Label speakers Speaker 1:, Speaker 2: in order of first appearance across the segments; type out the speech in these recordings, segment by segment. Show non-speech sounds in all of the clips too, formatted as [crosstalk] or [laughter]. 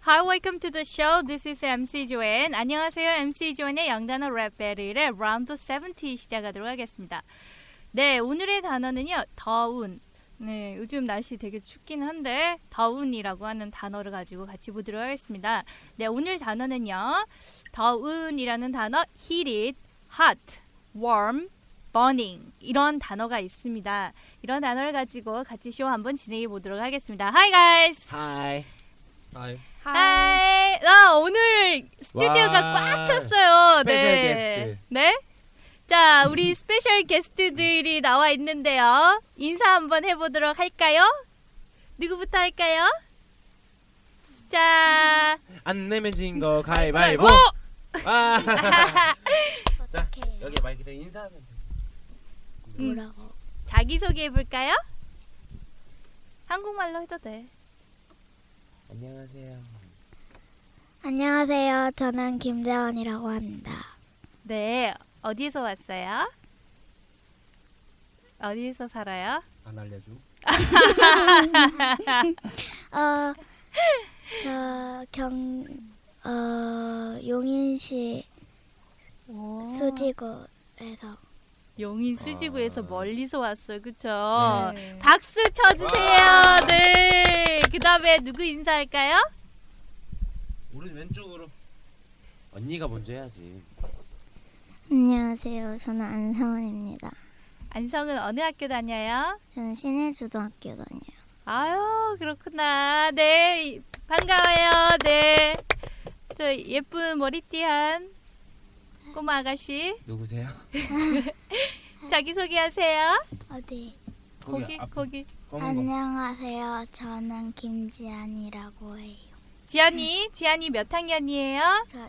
Speaker 1: Hi, welcome to the show. This is MC 조엔. 안녕하세요. MC 조엔의 영단어 랩 배틀의 라운드 70 시작하도록 하겠습니다. 네, 오늘의 단어는요. 더운. 네, 요즘 날씨 되게 춥긴 한데 더운이라고 하는 단어를 가지고 같이 보도록 하겠습니다. 네, 오늘 단어는요. 더운이라는 단어 heat it, hot, warm, burning 이런 단어가 있습니다. 이런 단어를 가지고 같이 쇼 한번 진행해 보도록 하겠습니다. Hi guys.
Speaker 2: 하이. 하이.
Speaker 1: 하이. 나 오늘 스튜디오가
Speaker 2: 와.
Speaker 1: 꽉 찼어요.
Speaker 2: 스페셜
Speaker 1: 네.
Speaker 2: 게스트.
Speaker 1: 네. 자, 우리 스페셜 게스트들이 나와 있는데요. 인사 한번 해보도록 할까요? 누구부터 할까요? 자,
Speaker 2: 안 내면 진거
Speaker 1: 어?
Speaker 2: 가위바위보. 아.
Speaker 1: [laughs]
Speaker 2: 자 여기 말 그대로 인사하면 돼.
Speaker 1: 뭐라고? [laughs] 자기 소개해 볼까요? 한국말로 해도 돼.
Speaker 2: 안녕하세요.
Speaker 3: 안녕하세요. 저는 김재원이라고 합니다.
Speaker 1: 네, 어디에서 왔어요? 어디에서 살아요?
Speaker 2: 안 알려줘.
Speaker 3: 어, 저 경, 어, 용인시 수지구에서
Speaker 1: 용인 수지구에서
Speaker 2: 아.
Speaker 1: 멀리서 왔어요, 그쵸?
Speaker 4: 네.
Speaker 1: 박수 쳐주세요. 네. 그다음에 누구 인사할까요?
Speaker 2: 우리 왼쪽으로. 언니가 먼저 해야지.
Speaker 3: 안녕하세요. 저는 안성원입니다.
Speaker 1: 안성은 어느 학교 다녀요?
Speaker 3: 저는 신일초등학교 다녀요.
Speaker 1: 아유, 그렇구나. 네, 반가워요. 네. 저 예쁜 머리띠한 꼬마 아가씨
Speaker 2: 누구세요?
Speaker 1: 자기 소개하세요.
Speaker 3: 어디?
Speaker 1: 거기
Speaker 2: 앞-
Speaker 1: 거기
Speaker 2: 검은 거.
Speaker 3: 안녕하세요. 저는 김지안이라고 해요.
Speaker 1: 지안이 지안이 몇 학년이에요?
Speaker 3: 저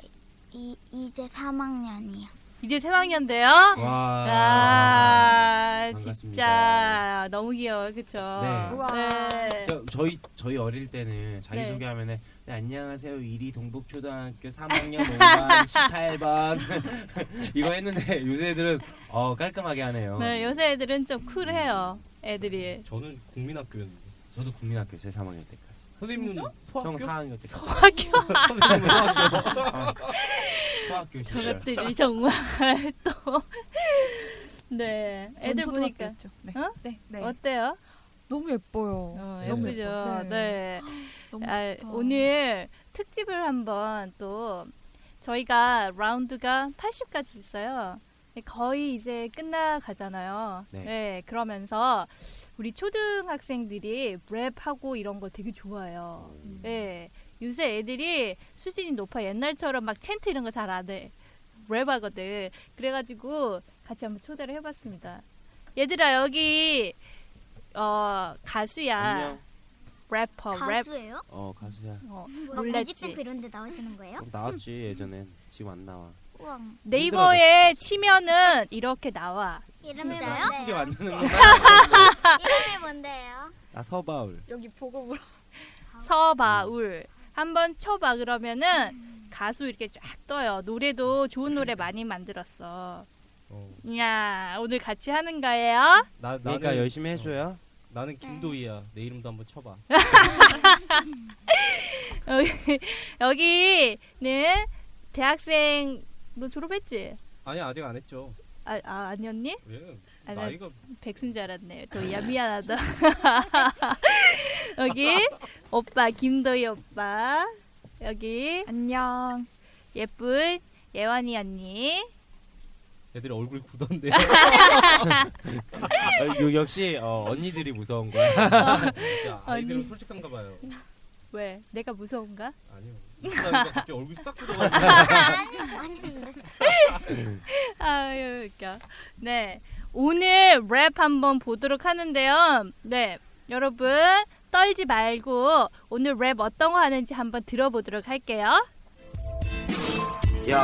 Speaker 3: 이, 이제 3학년이요.
Speaker 1: 이제 3학년 돼요.
Speaker 2: 와.
Speaker 1: 아,
Speaker 2: 반갑습니다.
Speaker 1: 진짜 너무 귀여워요, 그쵸?
Speaker 2: 네.
Speaker 4: 우와.
Speaker 1: 네.
Speaker 2: 저, 저희 저희 어릴 때는 자기
Speaker 1: 네.
Speaker 2: 소개하면은 네, 안녕하세요 이리 동북초등학교 3학년 5반 18번 [laughs] 이거 했는데 요새 애들은 어 깔끔하게 하네요.
Speaker 1: 네, 요새 애들은 좀 쿨해요. 애들이.
Speaker 2: 저는 국민학교였는데 저도 국민학교 제 3학년 때까지
Speaker 5: 선생님은
Speaker 2: 형 4학년 때까지
Speaker 1: [laughs] 학교
Speaker 5: [laughs]
Speaker 2: 선생님은
Speaker 5: 아.
Speaker 2: 소학교
Speaker 1: [laughs]
Speaker 2: 소학교
Speaker 1: 저
Speaker 2: 시절
Speaker 1: 것들이 정말 [laughs] 또 네. 애들
Speaker 6: 전
Speaker 1: 보니까
Speaker 6: 초등학교였죠. 네.
Speaker 1: 어?
Speaker 6: 네. 네.
Speaker 1: 어때요?
Speaker 6: 너무 예뻐요.
Speaker 1: 어,
Speaker 2: 네.
Speaker 1: 예쁘죠.
Speaker 6: 네.
Speaker 1: 네.
Speaker 6: 너무
Speaker 1: 아,
Speaker 6: 좋다.
Speaker 1: 오늘 특집을 한번 또 저희가 라운드가 80까지 있어요. 네, 거의 이제 끝나가잖아요. 네.
Speaker 2: 네.
Speaker 1: 그러면서 우리 초등학생들이 랩하고 이런 거 되게 좋아해요. 네. 요새 애들이 수준이 높아 옛날처럼 막 챈트 이런 거 잘 안 해. 랩하거든. 그래가지고 같이 한번 초대를 해봤습니다. 얘들아 여기 어 가수야
Speaker 2: 안녕
Speaker 1: 래퍼 랩
Speaker 2: 어 가수야
Speaker 1: 어,
Speaker 3: 뭐
Speaker 1: 놀랬지.
Speaker 3: 뮤직뱅크 이런 데 나오시는 거예요?
Speaker 2: 그럼 나왔지 예전엔 지금 안 나와
Speaker 3: 우와.
Speaker 1: 네이버에 치면은 이렇게 나와.
Speaker 3: 이름이
Speaker 2: 이게
Speaker 3: 뭔데요?
Speaker 2: 만드는 [laughs] 거나
Speaker 3: 이름이 뭔데요?
Speaker 2: 서바울
Speaker 6: 여기 보고 물어.
Speaker 1: 서바울 한번 쳐봐 그러면은 가수 이렇게 쫙 떠요. 노래도 좋은 노래 많이 만들었어. 야 오늘 같이 하는 거예요?
Speaker 5: 나
Speaker 2: 그러니까
Speaker 5: 나는
Speaker 2: 열심히 해줘요
Speaker 5: 나는 김도희야. 내 이름도 한번 쳐봐.
Speaker 1: 여기는 대학생 너 졸업했지?
Speaker 5: 아니 아직 안 했죠.
Speaker 1: 아, 아 아니었니?
Speaker 5: 왜?
Speaker 1: 아니,
Speaker 5: 나이가
Speaker 1: 백수인 줄 알았네. 도희야 미안하다. [laughs] 여기 오빠 김도희 오빠 여기
Speaker 4: 안녕.
Speaker 1: 예쁜 예원이 언니
Speaker 5: 애들이 얼굴 굳었는데
Speaker 2: 어, 요- 아, 역시 어, 언니들이 무서운 거야.
Speaker 5: 어, 아이들은
Speaker 1: 아니.
Speaker 5: 솔직한가 봐요.
Speaker 1: 왜 내가 무서운가?
Speaker 5: 아니요. 웃다가 갑자기 얼굴이 싹 굳어가지고
Speaker 1: 네.
Speaker 3: 아니 아닌데.
Speaker 1: [laughs] 아유 웃겨. 네 오늘 랩 한번 보도록 하는데요. 네 여러분 떨지 말고 오늘 랩 어떤 거 하는지 한번 들어보도록 할게요.
Speaker 7: Yo,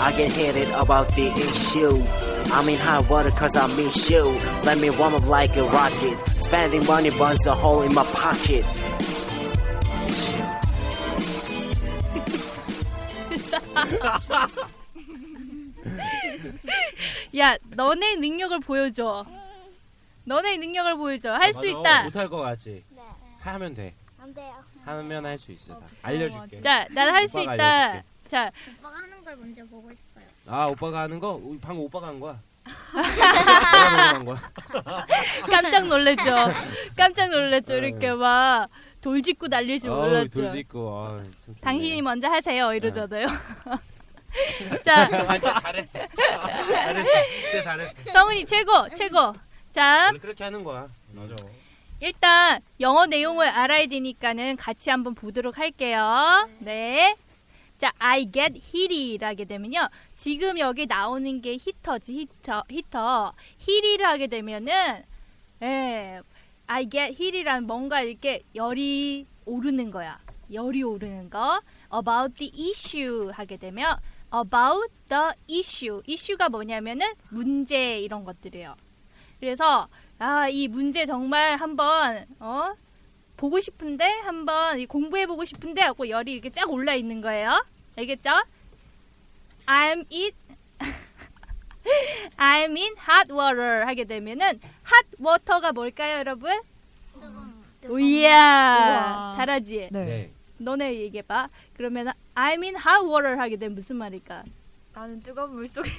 Speaker 7: I get headed about the issue. I'm in hot water cause I miss you. Let me warm up like a rocket. Spending money burns a hole in my pocket.
Speaker 1: 야 너네 능력을 보여줘. 너네 능력을 보여줘. 할 수
Speaker 2: 맞아,
Speaker 1: 있다.
Speaker 2: 어, 못할 거 같지.
Speaker 3: 네.
Speaker 2: 하면 돼.
Speaker 3: 안 돼요.
Speaker 2: 하면 할 수 있어. 나 알려줄게.
Speaker 1: 자 난 할 수
Speaker 2: 오빠가
Speaker 1: 있다.
Speaker 2: 알려줄게.
Speaker 1: 자
Speaker 3: 오빠가 하는 걸 먼저 보고 싶어요.
Speaker 2: 아 오빠가 하는 거 우리 방금 오빠가 한 거야.
Speaker 1: 아,
Speaker 2: 내가 한 거야.
Speaker 1: 깜짝 놀랬죠.
Speaker 2: [laughs]
Speaker 1: 깜짝 놀랬죠. 이렇게 막 돌짓고 날릴지
Speaker 2: 어. 어우,
Speaker 1: 몰랐죠.
Speaker 2: 돌직구. 아, 참 좋네. [laughs]
Speaker 1: 당신이 먼저 하세요. 이러잖아요. [laughs] 자
Speaker 2: 아, 잘했어. 잘했어. 진짜 잘했어.
Speaker 1: 성훈이 최고 최고 자
Speaker 2: 원래 그렇게 하는 거야. 맞아.
Speaker 1: 일단 영어 내용을 알아야 되니까는 같이 한번 보도록 할게요 네자 I get hit이라게 되면요 지금 여기 나오는 게 히터지 히터 히터 hit이라 하게 되면은 예 I get hit이란 뭔가 이렇게 열이 오르는 거야 열이 오르는 거 about the issue 하게 되면 about the issue 이슈가 뭐냐면은 문제 이런 것들이에요 그래서 아 이 문제 정말 한번 어 보고 싶은데 한번 공부해 보고 싶은데 하고 열이 이렇게 쫙 올라 있는 거예요. 알겠죠? I'm in [laughs] I'm in hot water 하게 되면은 hot water가 뭘까요, 여러분? [laughs] 오이야
Speaker 6: 우와.
Speaker 1: 잘하지.
Speaker 6: 네.
Speaker 2: 네.
Speaker 1: 너네 얘기해 봐. 그러면 I'm in hot water 하게 되면 무슨 말일까?
Speaker 6: 나는 뜨거운 물 속에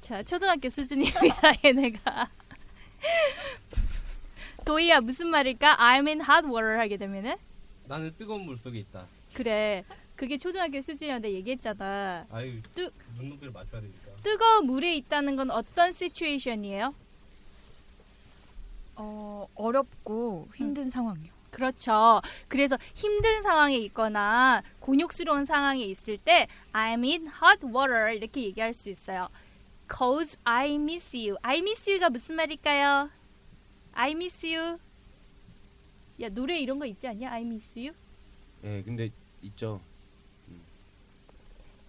Speaker 1: 자, 초등학교 수준입니다. [laughs] 얘네가. 도희야 무슨 말일까? I'm in hot water 하게 되면은
Speaker 5: 나는 뜨거운 물 속에 있다.
Speaker 1: 그래. 그게 초등학교 수준이었는데 얘기했잖아.
Speaker 5: 아유
Speaker 1: 뜨-
Speaker 5: 그 눈높이를 맞춰야 되니까.
Speaker 1: 뜨거운 물에 있다는 건 어떤 시츄에이션이에요?
Speaker 6: 어, 어렵고 힘든 상황이요.
Speaker 1: 그렇죠. 그래서 힘든 상황에 있거나 곤욕스러운 상황에 있을 때 I'm in hot water 이렇게 얘기할 수 있어요. Cause I miss you. I miss you가 무슨 말일까요? I miss you. 야 노래 이런 거 있지 않냐? I miss you.
Speaker 2: 예, 네, 근데 있죠. 음.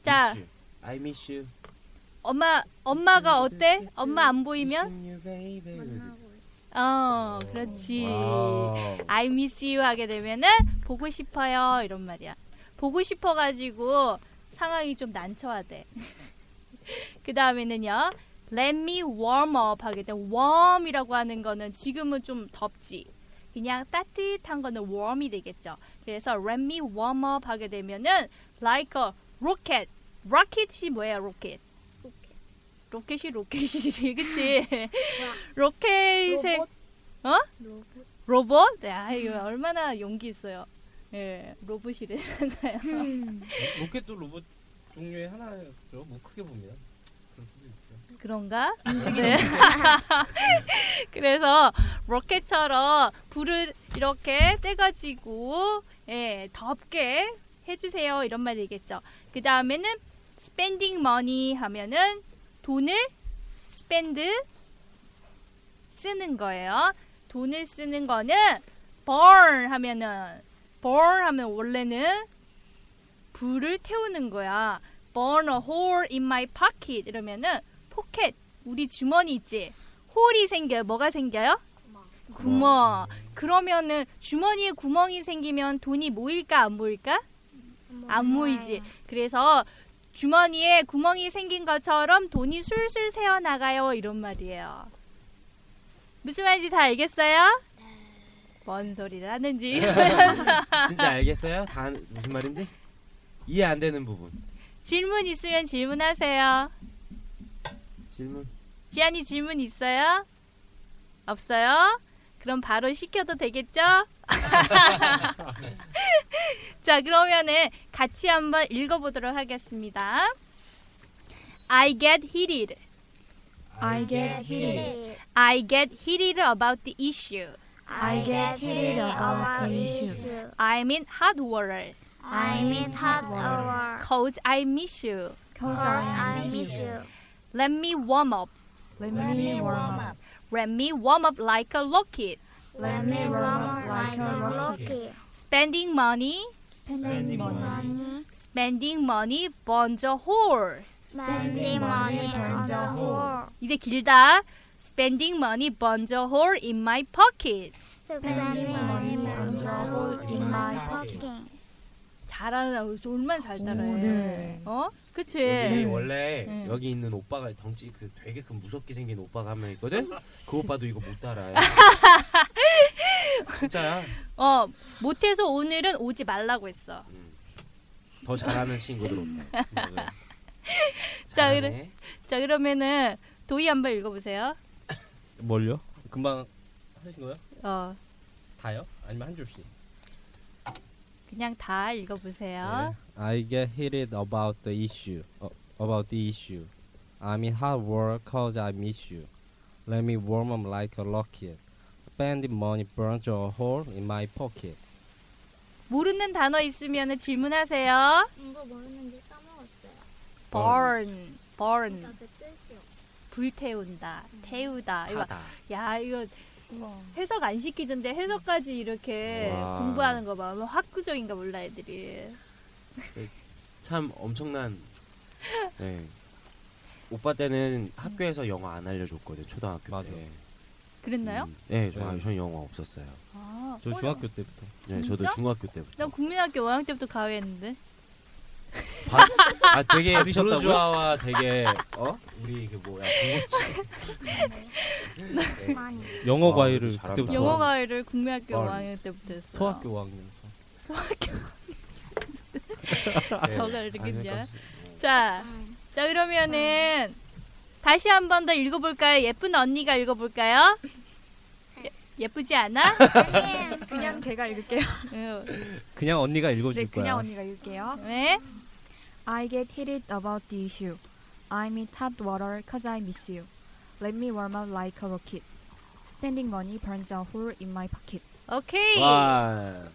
Speaker 1: 자
Speaker 2: Miss you. I miss you.
Speaker 1: 엄마 엄마가 어때? 엄마 안
Speaker 8: 음,
Speaker 1: 보이면? 음.
Speaker 2: Missing you,
Speaker 3: 예.
Speaker 2: baby.
Speaker 3: 만나고
Speaker 1: 어 그렇지.
Speaker 2: 와우.
Speaker 1: I miss you 하게 되면은 보고 싶어요 이런 말이야. 보고 싶어가지고 상황이 좀 난처하대. [laughs] 그 다음에는요. Let me warm up 하게 돼. warm이라고 하는 거는 지금은 좀 덥지. 그냥 따뜻한 거는 warm이 되겠죠. 그래서 let me warm up 하게 되면은 like a rocket. rocket이 뭐예요? rocket. 로켓이 로켓이지, 그치? [laughs] 로켓의
Speaker 3: 로봇?
Speaker 1: 어?
Speaker 3: 로봇?
Speaker 1: 로봇? 네, 아 이거 얼마나 용기 있어요. 예, 로봇이래잖아요.
Speaker 5: 로- 로켓도 로봇 종류의 하나죠. 뭐 크게 보면. 그럴 수도 있죠.
Speaker 1: 그런가? 네. [laughs] 그래서 로켓처럼 불을 이렇게 떼가지고 예, 덥게 해주세요 이런 말이겠죠. 그 다음에는 spending money 하면은 돈을 spend 쓰는 거예요. 돈을 쓰는 거는 burn 하면은 burn 하면 원래는 불을 태우는 거야. burn a hole in my pocket 이러면은 포켓 우리 주머니 있지. 홀이 생겨요. 뭐가 생겨요? 구멍. 그러면은 주머니에 구멍이 생기면 돈이 모일까 안 모일까? 안 모이지. 그래서 주머니에 구멍이 생긴 것처럼 돈이 술술 새어 나가요. 이런 말이에요. 무슨 말인지 다 알겠어요? 뭔 소리를 하는지. [laughs]
Speaker 2: 진짜 알겠어요? 다 무슨 말인지? 이해 안 되는 부분.
Speaker 1: 질문 있으면 질문하세요.
Speaker 2: 질문.
Speaker 1: 지안이 질문 있어요? 없어요? 그럼 바로 시켜도 되겠죠? [laughs] 자, 그러면은 같이 한번 읽어보도록 하겠습니다. I get heated.
Speaker 6: I get heated.
Speaker 1: I get heated about the issue.
Speaker 3: I get heated about the issue.
Speaker 1: I'm in hot water.
Speaker 3: I'm in hot water.
Speaker 1: Cause I miss you.
Speaker 3: Cause
Speaker 6: 아.
Speaker 3: I miss you.
Speaker 1: Let me warm up.
Speaker 6: Let me warm up.
Speaker 1: Let me warm up like a rocket.
Speaker 3: Let me warm like a rocket.
Speaker 1: Spending money.
Speaker 3: Spending money.
Speaker 1: Spending money burns a hole.
Speaker 3: Spending money on the whole.
Speaker 1: 이제 길다. Spending money burns a hole in my pocket.
Speaker 3: Spending money on the whole in my pocket.
Speaker 1: 잘하는 얼마나 잘 따라해.
Speaker 6: 오, 네.
Speaker 1: 어? 그치?
Speaker 2: 여기 원래
Speaker 1: 네.
Speaker 2: 여기 있는 오빠가 덩치 그 되게 큰 무섭게 생긴 오빠가 한 명 있거든. 그 오빠도 이거 못 따라해. 진짜야.
Speaker 1: 어, 못해서 오늘은 오지 말라고 했어.
Speaker 2: 더 잘하는 친구들 온다.
Speaker 1: 자, 그래.
Speaker 2: 네.
Speaker 1: 자, 그러면은 도희 한번 읽어보세요.
Speaker 5: 뭘요? 금방 하신 거요?
Speaker 1: 어,
Speaker 5: 다요? 아니면 한 줄씩?
Speaker 1: 그냥 다 읽어보세요.
Speaker 8: 네, I get heated about the issue. Uh, about the issue. I'm in hard work cause I miss you. Let me warm up like a rocket. Spending money burns a hole in my pocket.
Speaker 1: 모르는 단어 있으면 질문하세요.
Speaker 3: 이거 모르는데 까먹었어요.
Speaker 1: burn, burn,
Speaker 3: 그러니까 그 뜻이요.
Speaker 1: 불태운다, 태우다. 이거,
Speaker 2: 하다.
Speaker 1: 야, 이거 해석 안 시키던데 해석까지 이렇게
Speaker 2: 와.
Speaker 1: 공부하는 거 봐. 얼마나 학구적인가 몰라 애들이.
Speaker 2: 참 엄청난. 네. 오빠 때는 학교에서 영어 안 알려줬거든 초등학교
Speaker 8: 맞아.
Speaker 2: 때.
Speaker 1: 그랬나요?
Speaker 2: 음, 네, 저
Speaker 8: 네.
Speaker 2: 전 영어 없었어요.
Speaker 1: 아,
Speaker 8: 저
Speaker 1: 어,
Speaker 8: 중학교 때부터.
Speaker 2: 네, 저도
Speaker 1: 진짜?
Speaker 2: 중학교 때부터.
Speaker 1: 난 국민학교 5학년 때부터 가외했는데.
Speaker 2: 바, 아 되게
Speaker 8: 드셨다고요?
Speaker 2: 부르주아와 되게 어 우리 이게 뭐야 중국집 네.
Speaker 3: 많이.
Speaker 8: 영어
Speaker 2: 아,
Speaker 8: 과외를
Speaker 2: 잘한다.
Speaker 8: 그때부터.
Speaker 1: 영어
Speaker 2: 영어가-
Speaker 1: 과외를 국민학교
Speaker 2: 어.
Speaker 1: 5학년 때부터 했어요.
Speaker 8: 소학교 5학년.
Speaker 2: 네.
Speaker 1: 저가 이렇게
Speaker 2: 아니,
Speaker 1: 그냥.
Speaker 2: 그러니까
Speaker 1: 자,
Speaker 3: 음.
Speaker 1: 자 그러면은 다시 한 번 더 읽어볼까요? 예쁜 언니가 읽어볼까요? 예, 예쁘지 않아?
Speaker 2: [laughs]
Speaker 3: 아니에요.
Speaker 6: 그냥 제가 읽을게요.
Speaker 1: 응.
Speaker 8: 그냥 언니가 읽어줄
Speaker 6: 네,
Speaker 8: 거야.
Speaker 6: 그냥 언니가 읽을게요.
Speaker 1: 네.
Speaker 6: I get heated about the issue. I'm in hot water cause I miss you. Let me warm up like a rocket. Spending money burns a hole in my pocket.
Speaker 1: 오케이.
Speaker 2: 와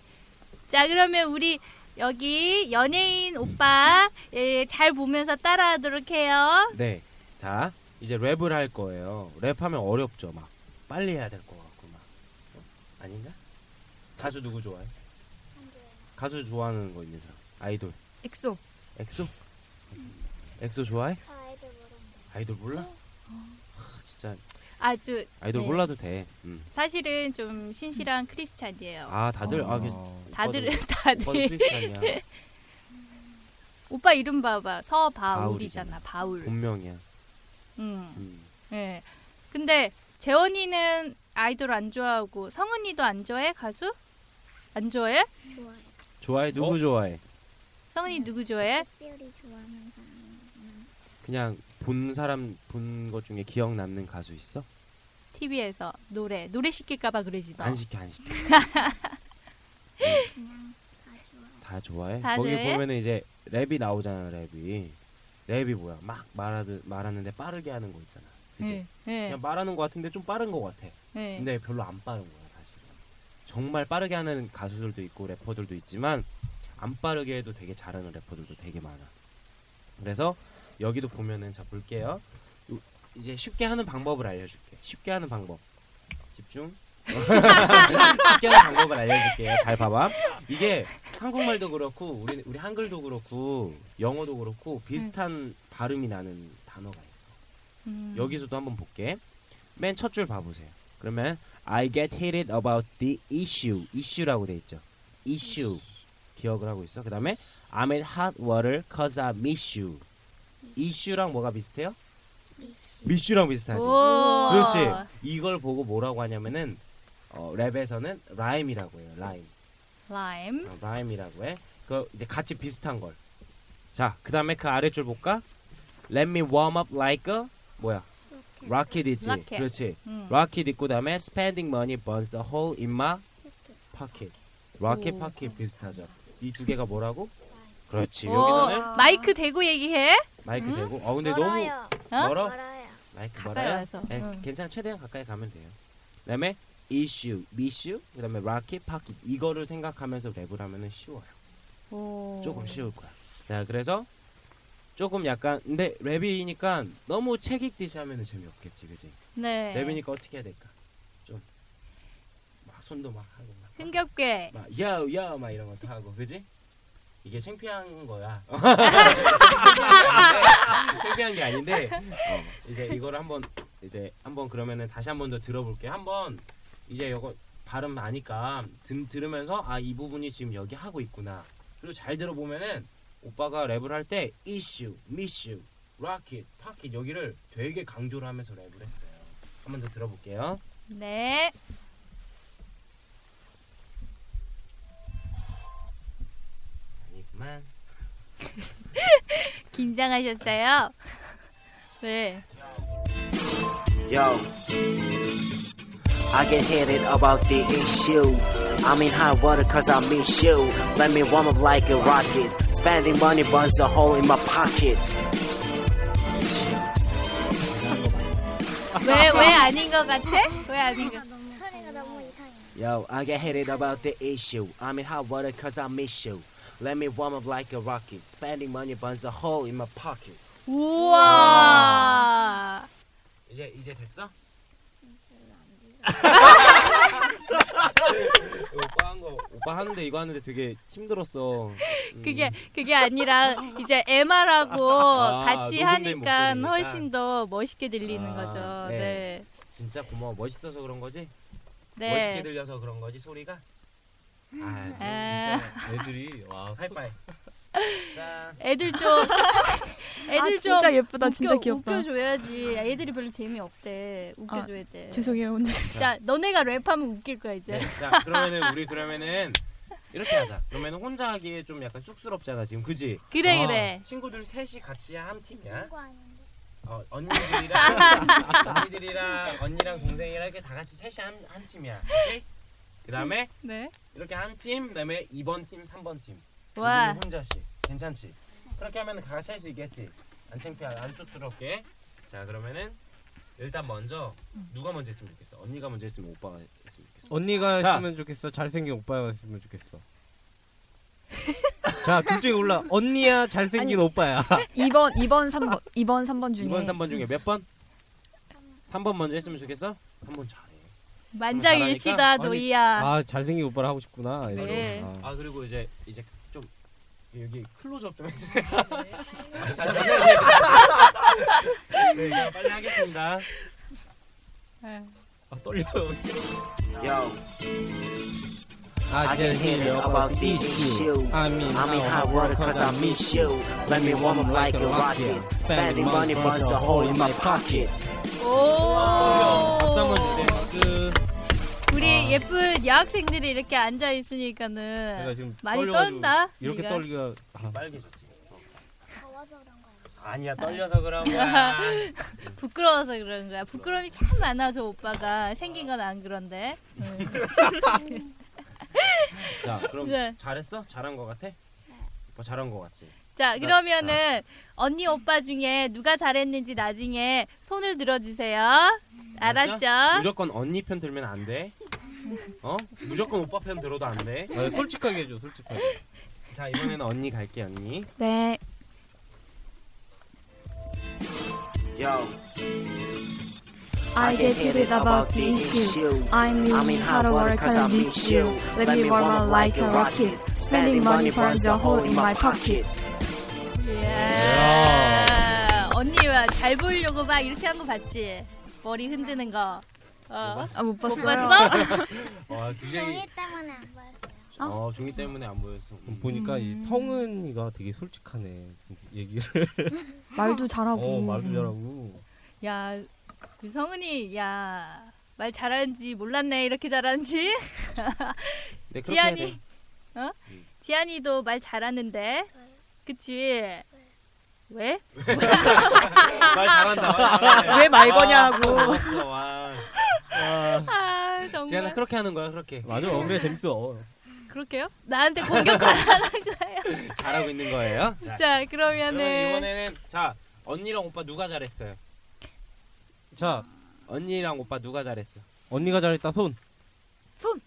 Speaker 1: 자 그러면 우리 여기 연예인 오빠 예, 잘 보면서 따라하도록 해요.
Speaker 2: 네. 자, 이제 랩을 할 거예요. 랩하면 어렵죠, 막. 빨리 해야 될 것 같고 막. 어? 아닌가? 가수 누구 좋아해? 가수 좋아하는 거 있는 사람. 아이돌.
Speaker 6: 엑소.
Speaker 2: 엑소? 엑소 좋아해?
Speaker 3: 저 아이들 모르는데.
Speaker 2: 아이돌 몰라? 하, 진짜
Speaker 1: 아주
Speaker 2: 아이돌
Speaker 1: 어. 네.
Speaker 2: 몰라도 돼. 음.
Speaker 1: 사실은 좀 신실한 크리스찬이에요.
Speaker 2: 아, 다들 아, 그,
Speaker 1: 다들
Speaker 2: 오빠도- 오빠도
Speaker 1: [laughs] 다들
Speaker 2: 크리스찬이야.
Speaker 1: 오빠 이름 봐봐 서바울이잖아
Speaker 2: 바울이잖아.
Speaker 1: 바울.
Speaker 2: 본명이야.
Speaker 1: 음.
Speaker 2: 음.
Speaker 1: 예. 근데 재원이는 아이돌 안 좋아하고 성은이도 안 좋아해 가수? 안 좋아해?
Speaker 3: 좋아요.
Speaker 2: 좋아해 누구 좋아해?
Speaker 1: 성은이 누구 좋아해?
Speaker 3: 특별히 좋아하는 사람.
Speaker 2: 그냥 본 사람 본 것 중에 기억 남는 가수 있어?
Speaker 1: TV에서 노래 노래 시킬까봐 그러지 너.
Speaker 2: 안 시켜 안 시켜.
Speaker 3: 그냥 다 좋아요.
Speaker 2: 다 좋아해.
Speaker 1: 다
Speaker 2: 거기
Speaker 1: 좋아해?
Speaker 2: 보면은 이제 랩이 나오잖아 랩이. 랩이 뭐야? 막 말하듯 말하는데 빠르게 하는 거 있잖아. 그치?
Speaker 1: 예. 예.
Speaker 2: 그냥 말하는 거 같은데 좀 빠른 거 같아.
Speaker 1: 예.
Speaker 2: 근데 별로 안 빠른 거야 사실. 정말 빠르게 하는 가수들도 있고 래퍼들도 있지만 안 빠르게 해도 되게 잘하는 래퍼들도 되게 많아. 그래서 여기도 보면은 자 볼게요. 요- 이제 쉽게 하는 방법을 알려줄게. 쉽게 하는 방법. 집중. [laughs] 쉽게 하는 방법을 알려줄게요. 잘 봐봐. 이게 한국말도 그렇고 우리 우리 한글도 그렇고 영어도 그렇고 비슷한 발음이 나는 단어가 있어.
Speaker 1: 음.
Speaker 2: 여기서도 한번 볼게. 맨 첫 줄 봐보세요. 그러면 I get heated about the issue. issue라고 돼 있죠. issue 기억을 하고 있어. 그다음에 I'm in hot water cause I miss you. issue랑 뭐가 비슷해요?
Speaker 3: 미시.
Speaker 2: missyou랑 비슷하지.
Speaker 1: 오.
Speaker 2: 그렇지. 이걸 보고 뭐라고 하냐면은 어, 랩에서는 라임이라고 해요. 라임.
Speaker 1: 라임.
Speaker 2: 어, 라임이라고 해. 그 이제 같이 비슷한 걸. 자, 그다음에 그 아래 줄 볼까? Let me warm up like a 뭐야? rocket 있지.
Speaker 1: Rocket.
Speaker 2: 그렇지.
Speaker 1: 음.
Speaker 2: 락킷 있고 다음에 spending money burns a hole in my 파켓, 로켓 파켓 비슷하죠. 이 두 개가 뭐라고? 그렇지.
Speaker 1: 오,
Speaker 2: 예, 여기는
Speaker 1: 마이크 대고 얘기해.
Speaker 2: 마이크
Speaker 1: 응?
Speaker 2: 대고. 어 근데
Speaker 3: 멀어요.
Speaker 2: 너무
Speaker 1: 어?
Speaker 2: 멀어.
Speaker 3: 멀어요.
Speaker 2: 마이크
Speaker 1: 음? 가까이
Speaker 2: 멀어요.
Speaker 1: 와서,
Speaker 2: 네,
Speaker 1: 응.
Speaker 2: 괜찮아. 최대한 가까이 가면 돼요. 그다음에 이슈, 미슈, 그다음에 로켓 파켓 이거를 생각하면서 랩을 하면은 쉬워요.
Speaker 1: 오.
Speaker 2: 조금 쉬울 거야. 자, 그래서 조금 약간 근데 랩이니까 너무 책 읽듯이 하면은 재미없겠지, 그지?
Speaker 1: 네.
Speaker 2: 랩이니까 어떻게 해야 될까? 좀 막 손도 막 하고 막
Speaker 1: 흥겹게.
Speaker 2: 막 야우 야우 막 이런 것도 하고 그지? 이게 창피한 [laughs] 거야. 창피한 게 아닌데 어, 이제 이걸 한번 이제 한번 그러면은 다시 한 번 더 들어볼게. 요 한번 이제 이거 발음 아니까 든, 들으면서 아 이 부분이 지금 여기 하고 있구나. 그리고 잘 들어보면은 오빠가 랩을 할 때 이슈, 미슈, 로켓, 파켓 여기를 되게 강조를 하면서 랩을 했어요. 한 번 더 들어볼게요.
Speaker 1: 네.
Speaker 2: 아니구만. [laughs]
Speaker 1: 긴장하셨어요? 네.
Speaker 7: Yo. I get headed about the issue. I'm in hot water cause I miss you. Let me warm up like a rocket. Spending money burns a hole in my pocket.
Speaker 1: 왜, 왜 아닌 것 같아? 왜 아닌 것 같아?
Speaker 3: 소리가 너무 이상해.
Speaker 7: Yo, I get headed about the issue. I'm in hot water cause I miss you. Let me warm up like a rocket. Spending money burns a hole in my pocket.
Speaker 1: 우와.
Speaker 2: 이제 이제 됐어? 오빠 한 거 오빠 하는데 이거 하는데 되게 힘들었어. 음.
Speaker 1: 그게, 그게 아니라, 이제 MR하고
Speaker 2: 아,
Speaker 1: 같이
Speaker 2: 녹음된
Speaker 1: 하니까
Speaker 2: 목소리니까.
Speaker 1: 훨씬 더 멋있게 들리는
Speaker 2: 아,
Speaker 1: 거죠.
Speaker 2: 네.
Speaker 1: 네.
Speaker 2: 진짜 고마워 멋있어서 그런 거지? 멋있게
Speaker 1: 네.
Speaker 2: 들려서 그런 거지 소리가? 아
Speaker 1: 에,
Speaker 5: 애들이 와
Speaker 2: 하이파이. 짠.
Speaker 1: 애들
Speaker 2: [laughs]
Speaker 1: 좀. 애들
Speaker 6: 아,
Speaker 1: 좀.
Speaker 6: 진짜 예쁘다, 진짜
Speaker 1: 웃겨,
Speaker 6: 귀엽다.
Speaker 1: 웃겨줘야지. 애들이 별로 재미없대. 웃겨줘야 돼.
Speaker 6: 죄송해요 혼자.
Speaker 1: 진짜 너네가 랩하면 웃길 거야, 이제.
Speaker 2: 네, 자 그러면은 우리 그러면은 이렇게 하자. 그러면 혼자 하기에 좀 약간 쑥스럽잖아 지금 그지?
Speaker 1: 그래,
Speaker 2: 어,
Speaker 1: 그래.
Speaker 2: 친구들 셋이 같이 한 팀이야.
Speaker 3: 친구 아닌데.
Speaker 2: 어, 언니들이랑 언니들이랑 언니랑 동생이랑 이렇게 다 같이 셋이 한, 한 팀이야. 오케이? 그다음에
Speaker 1: 네.
Speaker 2: 이렇게 한 팀, 그다음에 2번 팀, 3번 팀.
Speaker 1: 와.
Speaker 2: 우리 혼자씩. 괜찮지? 그렇게 하면 다 같이 할 수 있겠지. 안 창피하게 안 쑥스럽게. 자, 그러면은 일단 먼저 누가 먼저 했으면 좋겠어? 언니가 먼저 했으면 오빠가 했으면 좋겠어.
Speaker 8: 언니가
Speaker 2: 자.
Speaker 8: 했으면 좋겠어. 잘생긴 오빠가 했으면 좋겠어. 자, 둘 중에 올라. 언니야, 잘생긴 오빠야.
Speaker 6: 2번 2번 3번 2번 3번 중에
Speaker 2: 2번, 3번 중에 몇 번? 3번 먼저 했으면 좋겠어? 3번 잘해.
Speaker 1: 만장일치다,
Speaker 2: 잘하니까.
Speaker 1: 너희야.
Speaker 8: 아, 잘생긴 오빠를 하고 싶구나. 이런
Speaker 1: 네.
Speaker 8: 거. 아.
Speaker 2: 아, 그리고 이제 이제 좀 여기 클로즈업 좀 해주세요. 아, 다시 한번 네, 이거 빨리 하겠습니다.
Speaker 1: 네.
Speaker 2: 아, 떨려요.
Speaker 7: Yo.
Speaker 8: I
Speaker 7: I
Speaker 8: can
Speaker 7: can hear
Speaker 8: hear
Speaker 7: about
Speaker 8: about
Speaker 7: the
Speaker 8: the issue.
Speaker 7: issue.
Speaker 8: I mean,
Speaker 7: I'm in hot water cause I miss you. Let me warm up like a rocket. Spending money burns a hole in my pocket.
Speaker 2: 네,
Speaker 1: 오.
Speaker 2: 아, 박수 한번 주세요. 박수.
Speaker 1: 우리
Speaker 8: 아.
Speaker 1: 예쁜 여학생들이 이렇게 앉아
Speaker 8: 내가
Speaker 1: 있으니까는
Speaker 8: 네, 지금
Speaker 1: 많이
Speaker 8: 떨려가지고
Speaker 1: 떤다.
Speaker 8: 이렇게
Speaker 1: 네가.
Speaker 8: 떨리가 아,
Speaker 2: 빨개졌지.
Speaker 3: 더워서 그런 거 아니야?
Speaker 2: 아니야 떨려서 그런
Speaker 8: 음.
Speaker 2: 거야.
Speaker 1: 부끄러워서 그런 거야. 부끄러움이 참 많아 저 오빠가 생긴 건 안 그런데. 응.
Speaker 2: 자 그럼
Speaker 1: 네.
Speaker 2: 잘했어? 잘한 거 같아? 오빠 잘한 거 같지?
Speaker 8: 아,
Speaker 1: 자 그러면은 언니 오빠 중에 누가 잘했는지 나중에 손을 들어주세요. 알았죠?
Speaker 2: 무조건 언니 편 들면 안 돼. 어? 무조건 오빠 편 들어도 안 돼.
Speaker 8: 아, 솔직하게 해줘, 솔직하게.
Speaker 2: 자 이번에는 언니 갈게 언니.
Speaker 6: 네
Speaker 7: Yo.
Speaker 6: I get heated about the issue. I'm in
Speaker 7: I'm in
Speaker 6: hot water cause I miss you. Let me warm up like a rocket. Spending money burns a hole in my pocket.
Speaker 8: 예.
Speaker 1: 예. 언니 와잘 보이려고 막 이렇게 한 거 봤지? 머리 흔드는 거.
Speaker 8: 뭐
Speaker 1: 어.
Speaker 6: 아 못
Speaker 1: 못
Speaker 6: 봤어요. [laughs]
Speaker 1: 봤어?
Speaker 2: 와 굉장히
Speaker 3: 종이 때문에 안 보였어요.
Speaker 6: 어?
Speaker 2: 어 종이 때문에 안 보였어. 음.
Speaker 8: 보니까 이 성은이가 되게 솔직하네. [laughs] 얘기를
Speaker 6: 말도 잘하고.
Speaker 8: 어, 말도 잘하고.
Speaker 1: 야, 그 성은이, 야, 말 잘하는지 몰랐네, 이렇게 잘하는지.
Speaker 2: 네, 그렇게 해야
Speaker 1: 지안이,
Speaker 2: 돼. 음.
Speaker 1: 어? 지안이도 말 잘하는데, 그치? 왜?
Speaker 2: 말 잘한다. 말 잘한다.
Speaker 6: 왜 말 거냐고.
Speaker 2: 아, 좋았어, 와.
Speaker 1: 아,
Speaker 2: 야, 나 그렇게 하는 거야, 그렇게.
Speaker 9: 맞아, 엉덩이 재밌어.
Speaker 1: 그렇게요? 나한테 공격하라는 [laughs]
Speaker 2: 잘하고 있는 거예요?
Speaker 1: 거야. 자,
Speaker 2: 그러면
Speaker 1: 그러면은
Speaker 2: 이번에는 자, 언니랑 오빠 누가 잘했어요?
Speaker 8: 자,
Speaker 2: 언니랑 오빠 누가 잘했어?
Speaker 8: 언니가 잘했다 손.
Speaker 1: 손.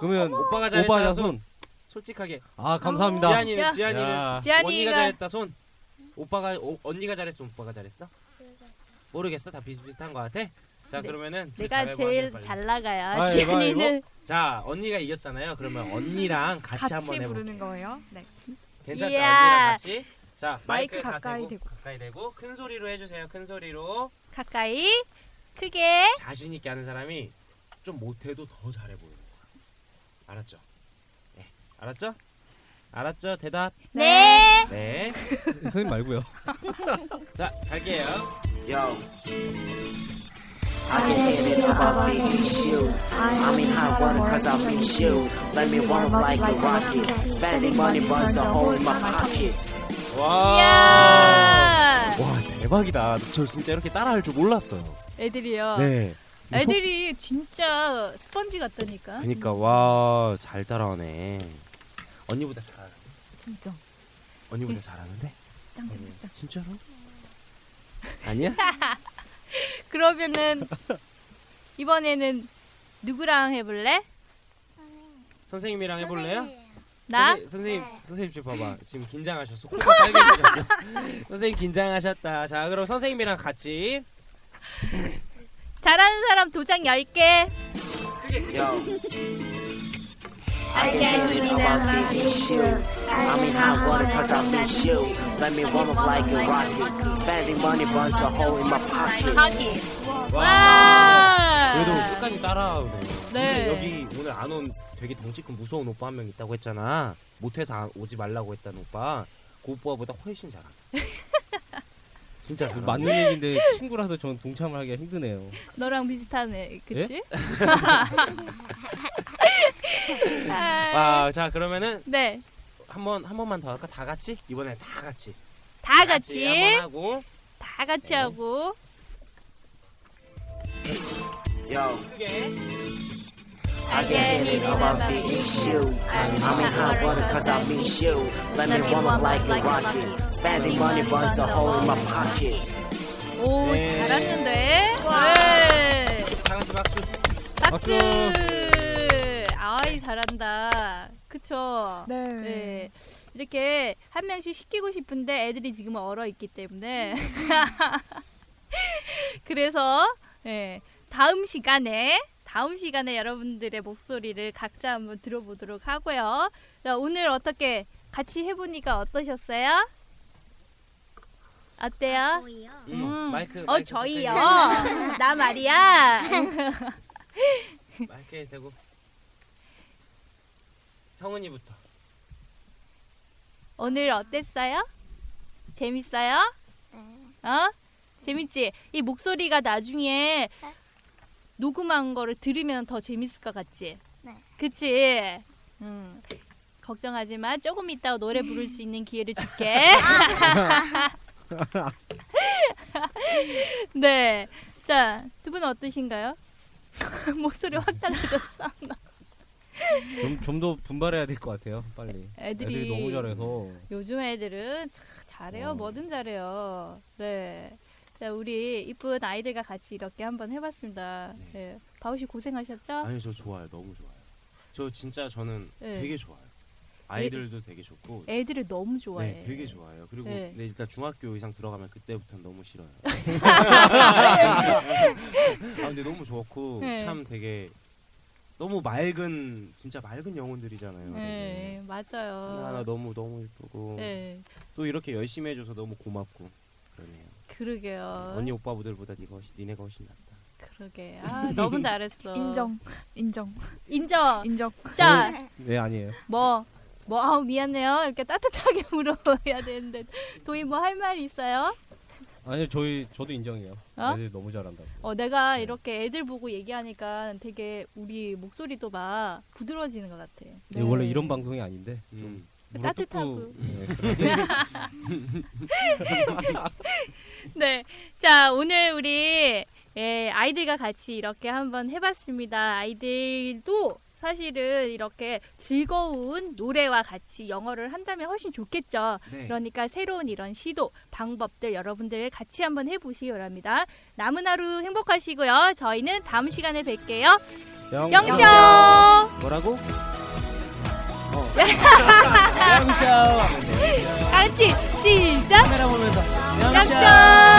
Speaker 8: 그러면
Speaker 2: 오빠가
Speaker 8: 오빠
Speaker 2: 잘했다
Speaker 8: 자,
Speaker 2: 손. 솔직하게.
Speaker 8: 아, 감사합니다.
Speaker 2: 지한이는
Speaker 8: 야.
Speaker 2: 지한이는
Speaker 8: 야.
Speaker 2: 언니가
Speaker 1: 지한이가-
Speaker 2: 잘했다 손. 오빠가 오, 언니가 잘했어, 오빠가 잘했어? 모르겠어, 다 비슷비슷한 거 같아. 자,
Speaker 1: 네.
Speaker 2: 그러면은 둘이
Speaker 1: 내가
Speaker 2: 가위바위보 하세요,
Speaker 1: 제일
Speaker 2: 빨리.
Speaker 1: 잘 나가요.
Speaker 2: 가위바위보.
Speaker 1: 지안이는
Speaker 2: 자 언니가 이겼잖아요. 그러면 언니랑 같이, 한번 해볼게요.
Speaker 6: 부르는 거예요. 네.
Speaker 2: 괜찮죠?
Speaker 6: 이야.
Speaker 2: 언니랑 같이. 자 마이크,
Speaker 6: 마이크
Speaker 2: 다
Speaker 6: 가까이
Speaker 2: 대고,
Speaker 6: 대고.
Speaker 2: 가까이 대고 큰 소리로 해주세요. 큰 소리로
Speaker 1: 가까이 크게
Speaker 2: 자신 있게 하는 사람이 좀 못해도 더 잘해 보이는 거야. 알았죠? 네, 알았죠? 알았죠? 대답.
Speaker 1: 네.
Speaker 2: 네.
Speaker 8: 선생님 말고요. [laughs]
Speaker 2: 자 갈게요.
Speaker 7: I can hit it about the issue. I'm in hot water cause I miss you. Let me warm up like a rocket. Spending money burns a hole in my pocket.
Speaker 2: 아.
Speaker 1: 야.
Speaker 2: 와 대박이다. 저 진짜 이렇게 따라할 줄 몰랐어요.
Speaker 1: 애들이요.
Speaker 2: 네.
Speaker 1: 애들이 진짜 스펀지 같다니까.
Speaker 2: 그니까 그러니까, 와잘 따라하네. 언니보다 잘하네.
Speaker 6: 진짜.
Speaker 2: 언니보다 잘하는데?
Speaker 6: 짱짱짱.
Speaker 2: 진짜로? 아니야?
Speaker 1: 그러면은 이번에는 누구랑 해볼래?
Speaker 2: 선생님이랑 네. 해볼래요?
Speaker 8: 아? 네,
Speaker 1: 나?
Speaker 2: 선생, 선생님 선생님 지금 봐봐 지금 긴장하셨어 코가 빨개지셨어 [laughs] 선생님 긴장하셨다 자 그럼 선생님이랑 같이
Speaker 1: 잘하는 사람 도장 10개.
Speaker 7: I can hit it about the issue. I'm in hot water cause I miss you. Let me warm up like a rocket. Spending money burns a hole in my pocket.
Speaker 1: 하기.
Speaker 2: 그래도 끝까지 따라오네
Speaker 1: 네.
Speaker 2: 근데 여기 오늘 안 온 되게 덩치 큰 무서운 오빠 한 명 있다고 했잖아 못해서 안- 오지 말라고 했던 오빠 그 오빠보다 훨씬 [laughs] 잘한다 진짜 잘한다
Speaker 8: 맞는 얘기인데 친구라서 전 동참을 하기가 힘드네요.
Speaker 1: 너랑 비슷하네.
Speaker 2: 예?
Speaker 1: [laughs] 그치? 아,
Speaker 2: 아, 자 그러면은
Speaker 1: 네.
Speaker 2: 한 번 한 번만 더 할까 다 같이 이번에 다 같이 예,
Speaker 1: 다
Speaker 2: 한번
Speaker 1: 같이.
Speaker 2: 하고 네.
Speaker 1: 다 같이 하고.
Speaker 7: Yo. I
Speaker 1: get
Speaker 7: get it about the issue. I'm in hot water cause I miss you. Let me warm up like a rocket. Spending money burns a hole in my pocket.
Speaker 1: 오,
Speaker 7: 네.
Speaker 1: 잘하는데. 네.
Speaker 2: 다 같이 박수
Speaker 1: 박수. 아이 잘한다. 그쵸? 네. 이렇게 한 명씩 시키고 싶은데 애들이 지금 얼어 있기 때문에 [laughs] 그래서 예, 다음 시간에 다음 시간에 여러분들의 목소리를 각자 한번 들어보도록 하고요. 자, 오늘 어떻게 같이 해보니까 어떠셨어요?
Speaker 3: 네.
Speaker 1: 어때요?
Speaker 2: 음, 마이크
Speaker 1: 어
Speaker 2: 마이크
Speaker 1: 저희요.
Speaker 2: 가까이.
Speaker 1: 나 말이야. [laughs]
Speaker 2: 마이크에 대고 성은이부터
Speaker 1: 오늘 어땠어요? 재밌어요?
Speaker 3: 네.
Speaker 1: 어? 재밌지? 이 목소리가 나중에 녹음한 거를 들으면 더 재밌을 것 같지?
Speaker 3: 네.
Speaker 1: 그치? 음. 걱정하지 마. 조금 이따가 노래 부를 수 있는 기회를 줄게. [laughs] 네. 자, 두 분 어떠신가요? [laughs] 목소리 확 달라졌어.
Speaker 8: 좀 좀 더 분발해야 될 것 같아요. 빨리.
Speaker 1: 애들이-
Speaker 8: 너무 잘해서.
Speaker 1: 요즘 애들은 참 잘해요.
Speaker 2: 어.
Speaker 1: 뭐든 잘해요. 네. 자, 우리 이쁜 아이들과 같이 이렇게 한번 해봤습니다. 네. 바우 씨 고생하셨죠?
Speaker 2: 아니 저 좋아요 너무 좋아요 저 진짜 저는
Speaker 1: 네.
Speaker 2: 되게 좋아요 아이들도 되게 좋고
Speaker 1: 애들을 너무 좋아해.
Speaker 2: 네, 되게 좋아요. 그리고
Speaker 1: 네.
Speaker 2: 네, 일단 중학교 이상 들어가면 그때부터 너무
Speaker 1: [laughs]
Speaker 2: 싫어요. 아 근데 너무 좋고
Speaker 1: 네.
Speaker 2: 참 되게 너무 맑은 진짜 맑은 영혼들이잖아요. 되게.
Speaker 1: 네, 맞아요.
Speaker 2: 하나하나 너무 너무 예쁘고
Speaker 1: 네.
Speaker 2: 또 이렇게 열심히 해줘서 너무 고맙고 그러네요.
Speaker 1: 그러게요.
Speaker 2: 언니 오빠들보다 네가 훨씬, 니네가 훨씬 낫다.
Speaker 1: 그러게.
Speaker 2: [laughs]
Speaker 1: 아, 너무 잘했어.
Speaker 6: 인정. 인정.
Speaker 1: 인정.
Speaker 6: 인정.
Speaker 2: 어.
Speaker 1: 자,
Speaker 8: 네, 아니에요.
Speaker 1: 뭐, 뭐, 아우, 미안해요. 이렇게 따뜻하게 [laughs] 물어봐야 되는데. 도희 뭐 할 말 있어요?
Speaker 8: 아니요, 저희 저도 인정해요.
Speaker 1: 어?
Speaker 8: 애들 너무 잘한다고.
Speaker 1: 어,
Speaker 2: 네.
Speaker 1: 내가 이렇게 애들 보고 얘기하니까 되게 우리 목소리도 막 부드러워지는 것 같아.
Speaker 8: 네, 원래 이런 방송이 아닌데.
Speaker 2: 음.
Speaker 8: 뭐
Speaker 1: 따뜻하고. [laughs]
Speaker 8: 네,
Speaker 1: 네. 자, 오늘 우리 예, 아이들과 같이 이렇게 한번 해봤습니다. 아이들도 사실은 이렇게 즐거운 노래와 같이 영어를 한다면 훨씬 좋겠죠.
Speaker 9: 네.
Speaker 1: 그러니까 새로운 이런 시도, 방법들 여러분들 같이 한번 해보시기 바랍니다. 남은 하루 행복하시고요. 저희는 다음 시간에 뵐게요. 영쇼!
Speaker 2: 뭐라고?
Speaker 1: [laughs] 같이 시작!
Speaker 2: 영쇼!
Speaker 1: 영쇼!